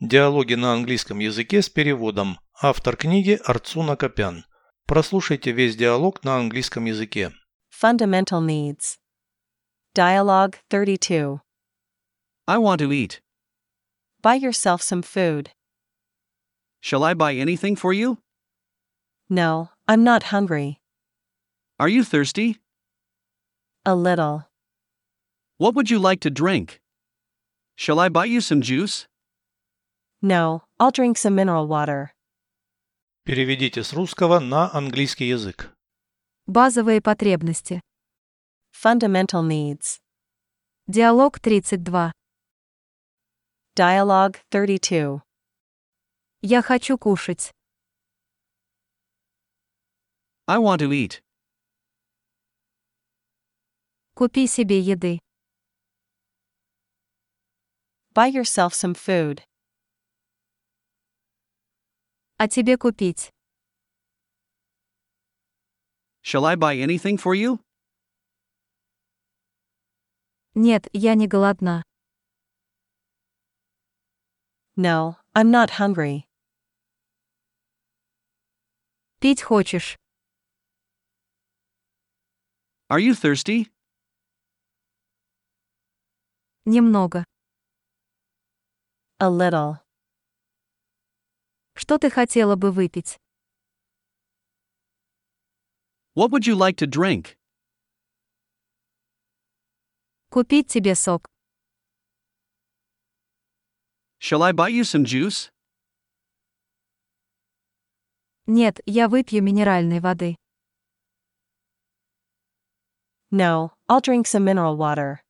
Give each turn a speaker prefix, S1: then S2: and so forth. S1: Диалоги на английском языке с переводом. Автор книги Арцуна Копян. Прослушайте весь диалог на английском языке.
S2: Fundamental needs. Dialogue 32.
S3: I want to eat.
S2: Buy yourself some food.
S3: Shall I buy anything for you?
S2: No, I'm not hungry.
S3: Are you thirsty?
S2: A little.
S3: What would you like to drink? Shall I buy you some juice?
S2: No, I'll drink some mineral water.
S1: Переведите с русского на английский язык.
S4: Базовые потребности.
S2: Fundamental needs.
S4: Диалог 32.
S2: Dialogue 32.
S4: Я хочу кушать.
S3: I want to eat.
S4: Купи себе еды.
S2: Buy yourself some food.
S4: А тебе купить.
S3: Shall I buy anything for you?
S4: Нет, я не голодна.
S2: No, I'm not hungry.
S4: Пить хочешь.
S3: Are you thirsty?
S4: Немного.
S2: A little.
S4: Что ты хотела бы выпить?
S3: What would you like to drink?
S4: Купить тебе сок.
S3: Shall I buy you some juice?
S4: Нет, я выпью минеральной воды.
S2: No, I'll drink some mineral water.